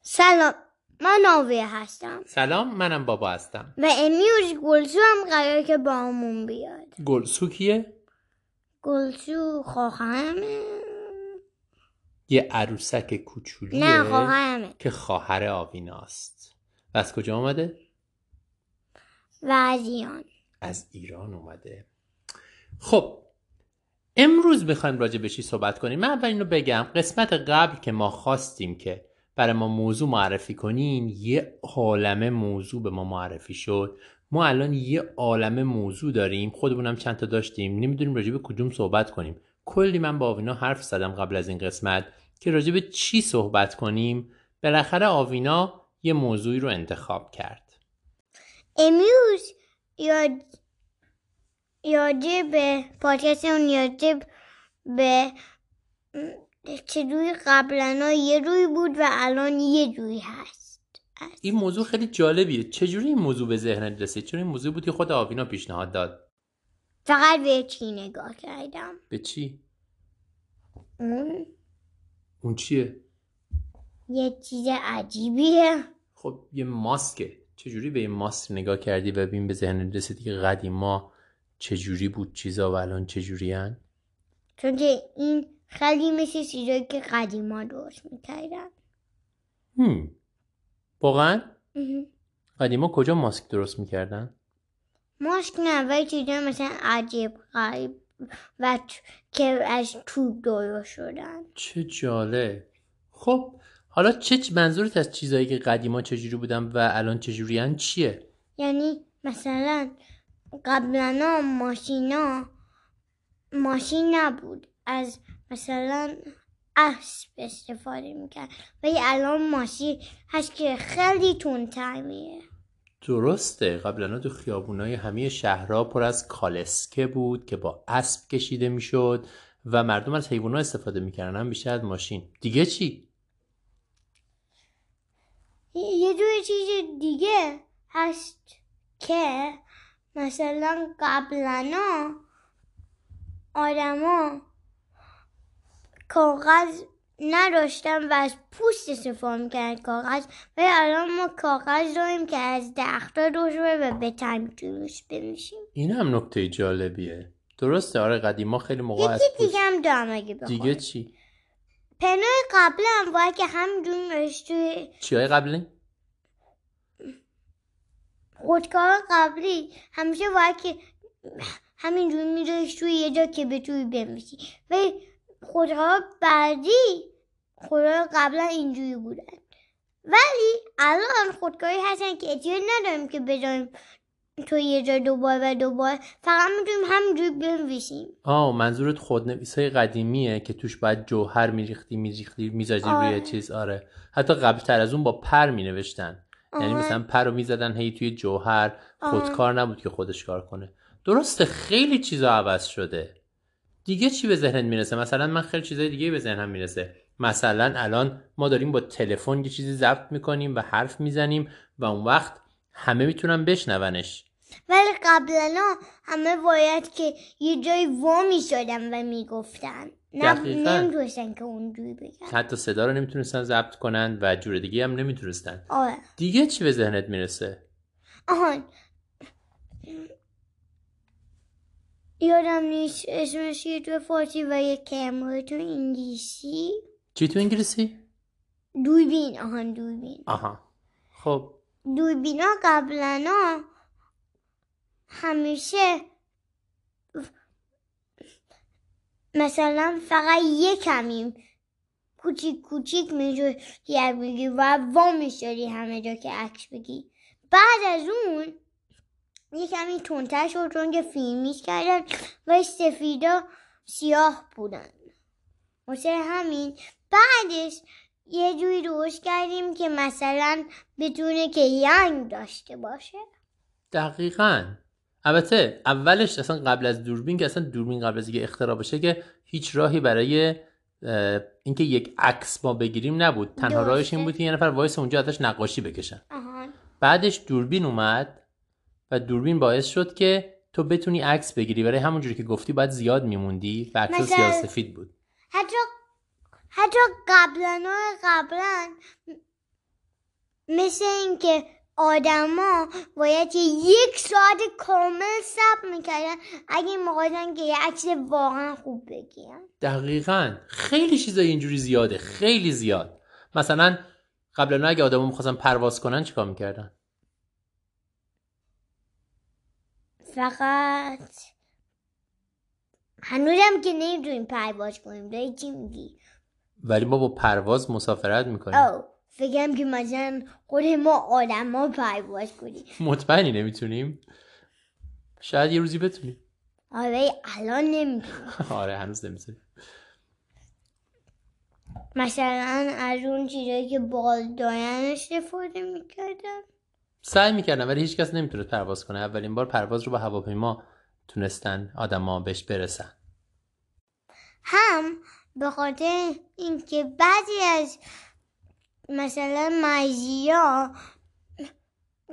سلام من آویه هستم سلام منم بابا هستم و امروز گلسو هم قرار که با همون بیاد گلسو کیه؟ گلسو خواهمه یه عروسک کوچولیه نه خواهمه که خواهر آویناست و از کجا آمده؟ و عزیان از ایران اومده خب امروز میخوایم راجع به چی صحبت کنیم من اول اینو بگم قسمت قبل که ما خواستیم که برای ما موضوع معرفی کنین یه عالمه موضوع به ما معرفی شد ما الان یه عالمه موضوع داریم خودمونم چند تا داشتیم نمیدونیم راجع به کدوم صحبت کنیم کلی من با آوینا حرف زدم قبل از این قسمت که راجع به چی صحبت کنیم بالاخره آوینا یه موضوعی رو انتخاب کرد امروز یا یاجه به پادکست اون یاجه به چه روی قبلنا یه روی بود و الان یه روی هست این موضوع خیلی جالبیه چجوری این موضوع به ذهنت رسید چون این موضوع بود که خود آوینا پیشنهاد داد فقط به چی نگاه کردم به چی اون اون چیه یه چیز عجیبیه خب یه ماسکه چجوری به این ماسک نگاه کردی و ببین به ذهن رسید که قدیما چجوری بود چیزا و الان چجوری هن؟ چون که این خیلی مثل چیزایی که قدیما درست میکردن هم. واقعا قدیما کجا ماسک درست میکردن؟ ماسک نه ولی چیزا مثلا عجیب غریب و چ- که از توپ درست شدن چه جالب خب حالا چه منظورت از چیزایی که قدیما چجوری بودن و الان چجوری هن چیه؟ یعنی مثلا قبلا ماشینا ماشین نبود از مثلا اسب استفاده میکرد ولی الان ماشین هست که خیلی تندتر میره درسته قبلا تو خیابونای همه شهرها پر از کالسکه بود که با اسب کشیده میشد و مردم از حیوانات استفاده میکردن هم بیشتر از ماشین دیگه چی یه یه جور چیز دیگه هست که مثلا قبلنا آدما کاغذ نداشتن و از پوست استفاده میکردن کاغذ ولی الان ما کاغذ داریم که از درختا درست شده و بتنگ جوش بمیشیم این هم نکته جالبیه درسته آره قدیما خیلی موقع از یکی پوست- دیگه هم دارم اگه بخوام دیگه چی پنای قبلا هم باید که همجون از توی چیهای قبلی خودکار قبلی همیشه باید که همینجوری میذاریش توی یه جا که بتونی بنویسی ولی خودکار بعدی خودکار قبلا اینجوری بودن ولی الان خودکاری هستن که احتیاج نداریم که بذاریم توی یه جا دوباره و دوباره فقط میتونیم همینجوری بنویسیم آه منظورت خودنویسای قدیمیه که توش باید جوهر میریختی میریختی میذاشتی روی آره. چیز آره حتی قبلتر از اون با پر مینوشتن یعنی آها. مثلا پر رو میزدن هی توی جوهر آها. خودکار نبود که خودش کار کنه درسته خیلی چیزا عوض شده دیگه چی به ذهنت میرسه مثلا من خیلی چیزای دیگه به ذهنم میرسه مثلا الان ما داریم با تلفن یه چیزی ضبط میکنیم و حرف میزنیم و اون وقت همه میتونن بشنونش ولی قبلا همه باید که یه جای وا میشدن و میگفتن نه دقیقاً. نمیتونستن که اونجوری بگن حتی صدا رو نمیتونستن ضبط کنن و جور دیگه هم نمیتونستن آره دیگه چی به ذهنت میرسه آهان یادم نیست اسمش یه تو فارسی و یه کمره تو انگلیسی چی تو انگلیسی دوربین آهان دوربین آها خب دوربینا قبلنا همیشه مثلا فقط یه کمیم کوچیک کوچیک میشد یه بگی و وا میشدی همه جا که عکس بگی بعد از اون یه کمی تندتر شد چون که فیلمیش کردن و سفیدا سیاه بودن واسه همین بعدش یه جوری درست کردیم که مثلا بتونه که ینگ داشته باشه دقیقا البته اولش اصلا قبل از دوربین که اصلا دوربین قبل از اینکه اختراع بشه که هیچ راهی برای اه، اینکه یک عکس ما بگیریم نبود تنها درسته. راهش این بود که یه نفر وایس اونجا ازش نقاشی بکشن آهان بعدش دوربین اومد و دوربین باعث شد که تو بتونی عکس بگیری برای همونجوری که گفتی باید زیاد میموندی و عکس مثلا- سیاه سفید بود حتی حتی قبلا قبلا مثل اینکه آدما باید یه یک ساعت کامل صبر میکردن اگه میخواستن که یه عکس واقعا خوب بگیرن دقیقا خیلی چیزای اینجوری زیاده خیلی زیاد مثلا قبلا اگه آدما میخواستن پرواز کنن چیکار میکردن فقط هنوزم که نمیتونیم پرواز کنیم داری چی میگی ولی ما با پرواز مسافرت میکنیم او فکرم که مثلا خود ما آدما پرواز کنیم مطمئنی نمیتونیم شاید یه روزی بتونیم آره الان نمیتونیم آره هنوز نمیتونیم مثلا از اون چیزایی که بال دارن استفاده میکردن سعی میکردن ولی هیچکس نمیتونست پرواز کنه اولین بار پرواز رو با هواپیما تونستن آدما بهش برسن هم به خاطر اینکه بعضی از مثلا مریضی ها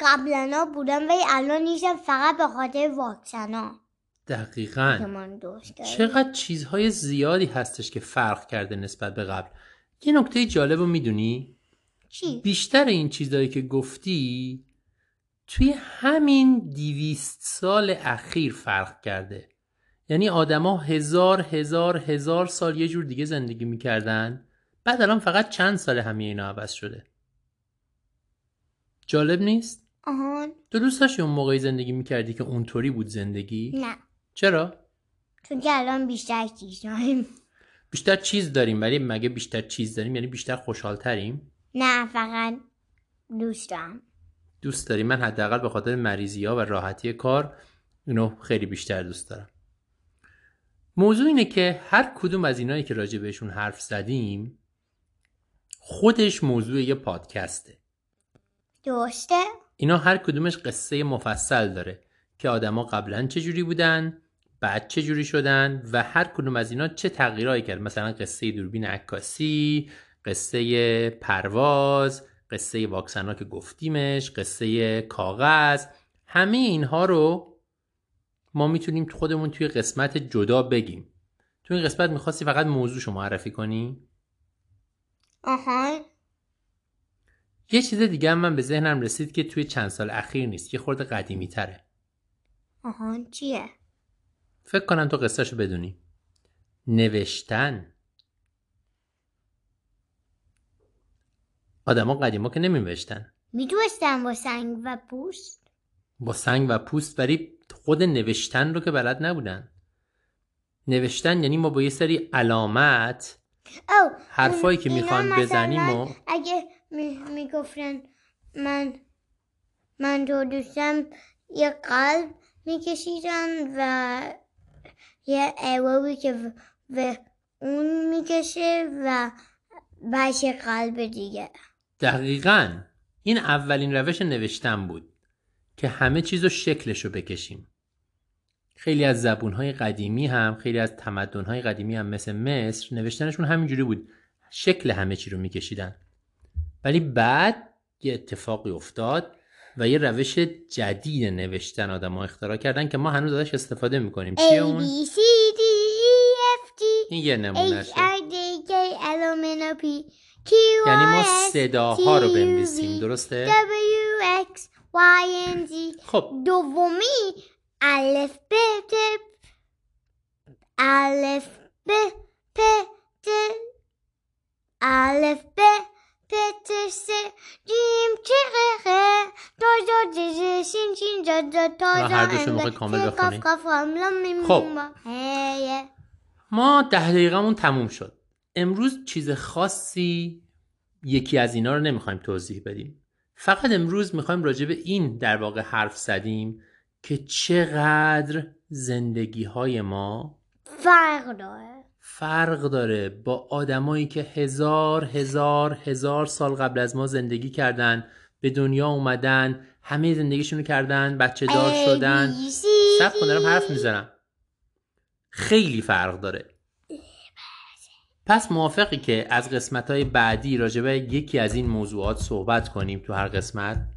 قبلا بودن ولی الان نیستن فقط به خاطر واکسن ها که دقیقا من درست کردیم. چقدر چیزهای زیادی هستش که فرق کرده نسبت به قبل یه نکته جالب رو میدونی چی؟ بیشتر این چیزهایی که گفتی توی همین دیویست سال اخیر فرق کرده یعنی آدما هزار هزار هزار سال یه جور دیگه زندگی میکردن بعد الان فقط چند سال همه اینا عوض شده جالب نیست؟ آهان تو دوست داشتی اون موقعی زندگی میکردی که اونطوری بود زندگی؟ نه چرا؟ چون که الان بیشتر چیز داریم بیشتر چیز داریم ولی مگه بیشتر چیز داریم یعنی بیشتر خوشحالتریم؟ نه فقط دوست دارم دوست داری من حداقل به خاطر مریضی ها و راحتی کار اینو خیلی بیشتر دوست دارم موضوع اینه که هر کدوم از اینایی که راجع بهشون حرف زدیم خودش موضوع یه پادکسته درسته؟ اینا هر کدومش قصه مفصل داره که آدما قبلا چه جوری بودن بعد چه جوری شدن و هر کدوم از اینا چه تغییرهایی کرد مثلا قصه دوربین عکاسی قصه پرواز قصه واکسن ها که گفتیمش قصه کاغذ همه اینها رو ما میتونیم خودمون توی قسمت جدا بگیم توی این قسمت میخواستی فقط موضوع شما معرفی کنی؟ آهان یه چیز دیگه هم من به ذهنم رسید که توی چند سال اخیر نیست یه خورده قدیمی تره آهان چیه؟ فکر کنم تو قصهشو بدونی نوشتن آدما قدیما که نمینوشتن میدوستم با سنگ و پوست؟ با سنگ و پوست ولی خود نوشتن رو که بلد نبودن نوشتن یعنی ما با یه سری علامت او حرفایی که اینا میخوان مثلا بزنیم و اگه می- میگفتن من من تو دوستم یه قلب میکشیدن و یه ایوابی که و- و اون میکشه و بهش یه قلب دیگه دقیقا این اولین روش نوشتن بود که همه چیز رو شکلش رو بکشیم خیلی از زبونهای قدیمی هم خیلی از تمدنهای قدیمی هم مثل مصر نوشتنشون همینجوری بود شکل همه چی رو میکشیدن ولی بعد یه اتفاقی افتاد و یه روش جدید نوشتن آدم ها اختراع کردن که ما هنوز ازش استفاده میکنیم چیه A B اون؟ C D E F G این یه H نمونهشه I J K L M N O P Q یعنی ما R S صداها رو T U V بنویسیم درسته؟ W X Y N Z خب دومی الف ب ت الف ب پ ت الف ب پ ت س جیم چ خ خ تا جا ج ج شین شین جا جا تا و جا هر دوشو ام، موقع ب، کامل ت، قاف، بخونی. قاف، قام، لام، میم، میم، خب. با. هی. ما ده دقیقمون تموم شد امروز چیز خاصی یکی از اینا رو نمیخوایم توضیح بدیم فقط امروز میخوایم راجع به این در واقع حرف زدیم که چقدر زندگی های ما فرق داره فرق داره با آدمایی که هزار هزار هزار سال قبل از ما زندگی کردن به دنیا اومدن همه زندگیشون رو کردن بچه دار A, شدن B, C, سب کن دارم حرف D. میزنم خیلی فرق داره پس موافقی که از قسمت های بعدی راجبه یکی از این موضوعات صحبت کنیم تو هر قسمت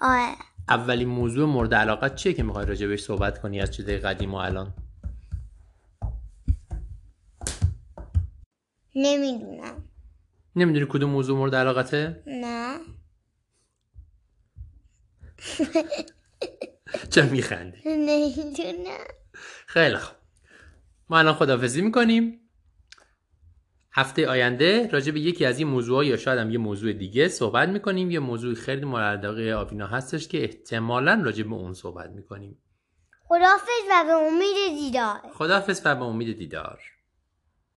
آره اولین موضوع مورد علاقت چیه که میخوای راجبش صحبت کنی از چیزای قدیم و الان نمیدونم نمیدونی کدوم موضوع مورد علاقته نه چه میخندی نمیدونم خیلی خوب ما الان خدافزی میکنیم هفته آینده راجع به یکی از این موضوع یا شاید هم یه موضوع دیگه صحبت میکنیم یه موضوع خیلی مورد علاقه آوینا هستش که احتمالا راجع به اون صحبت میکنیم خدافز و به امید دیدار خداحافظ و به امید دیدار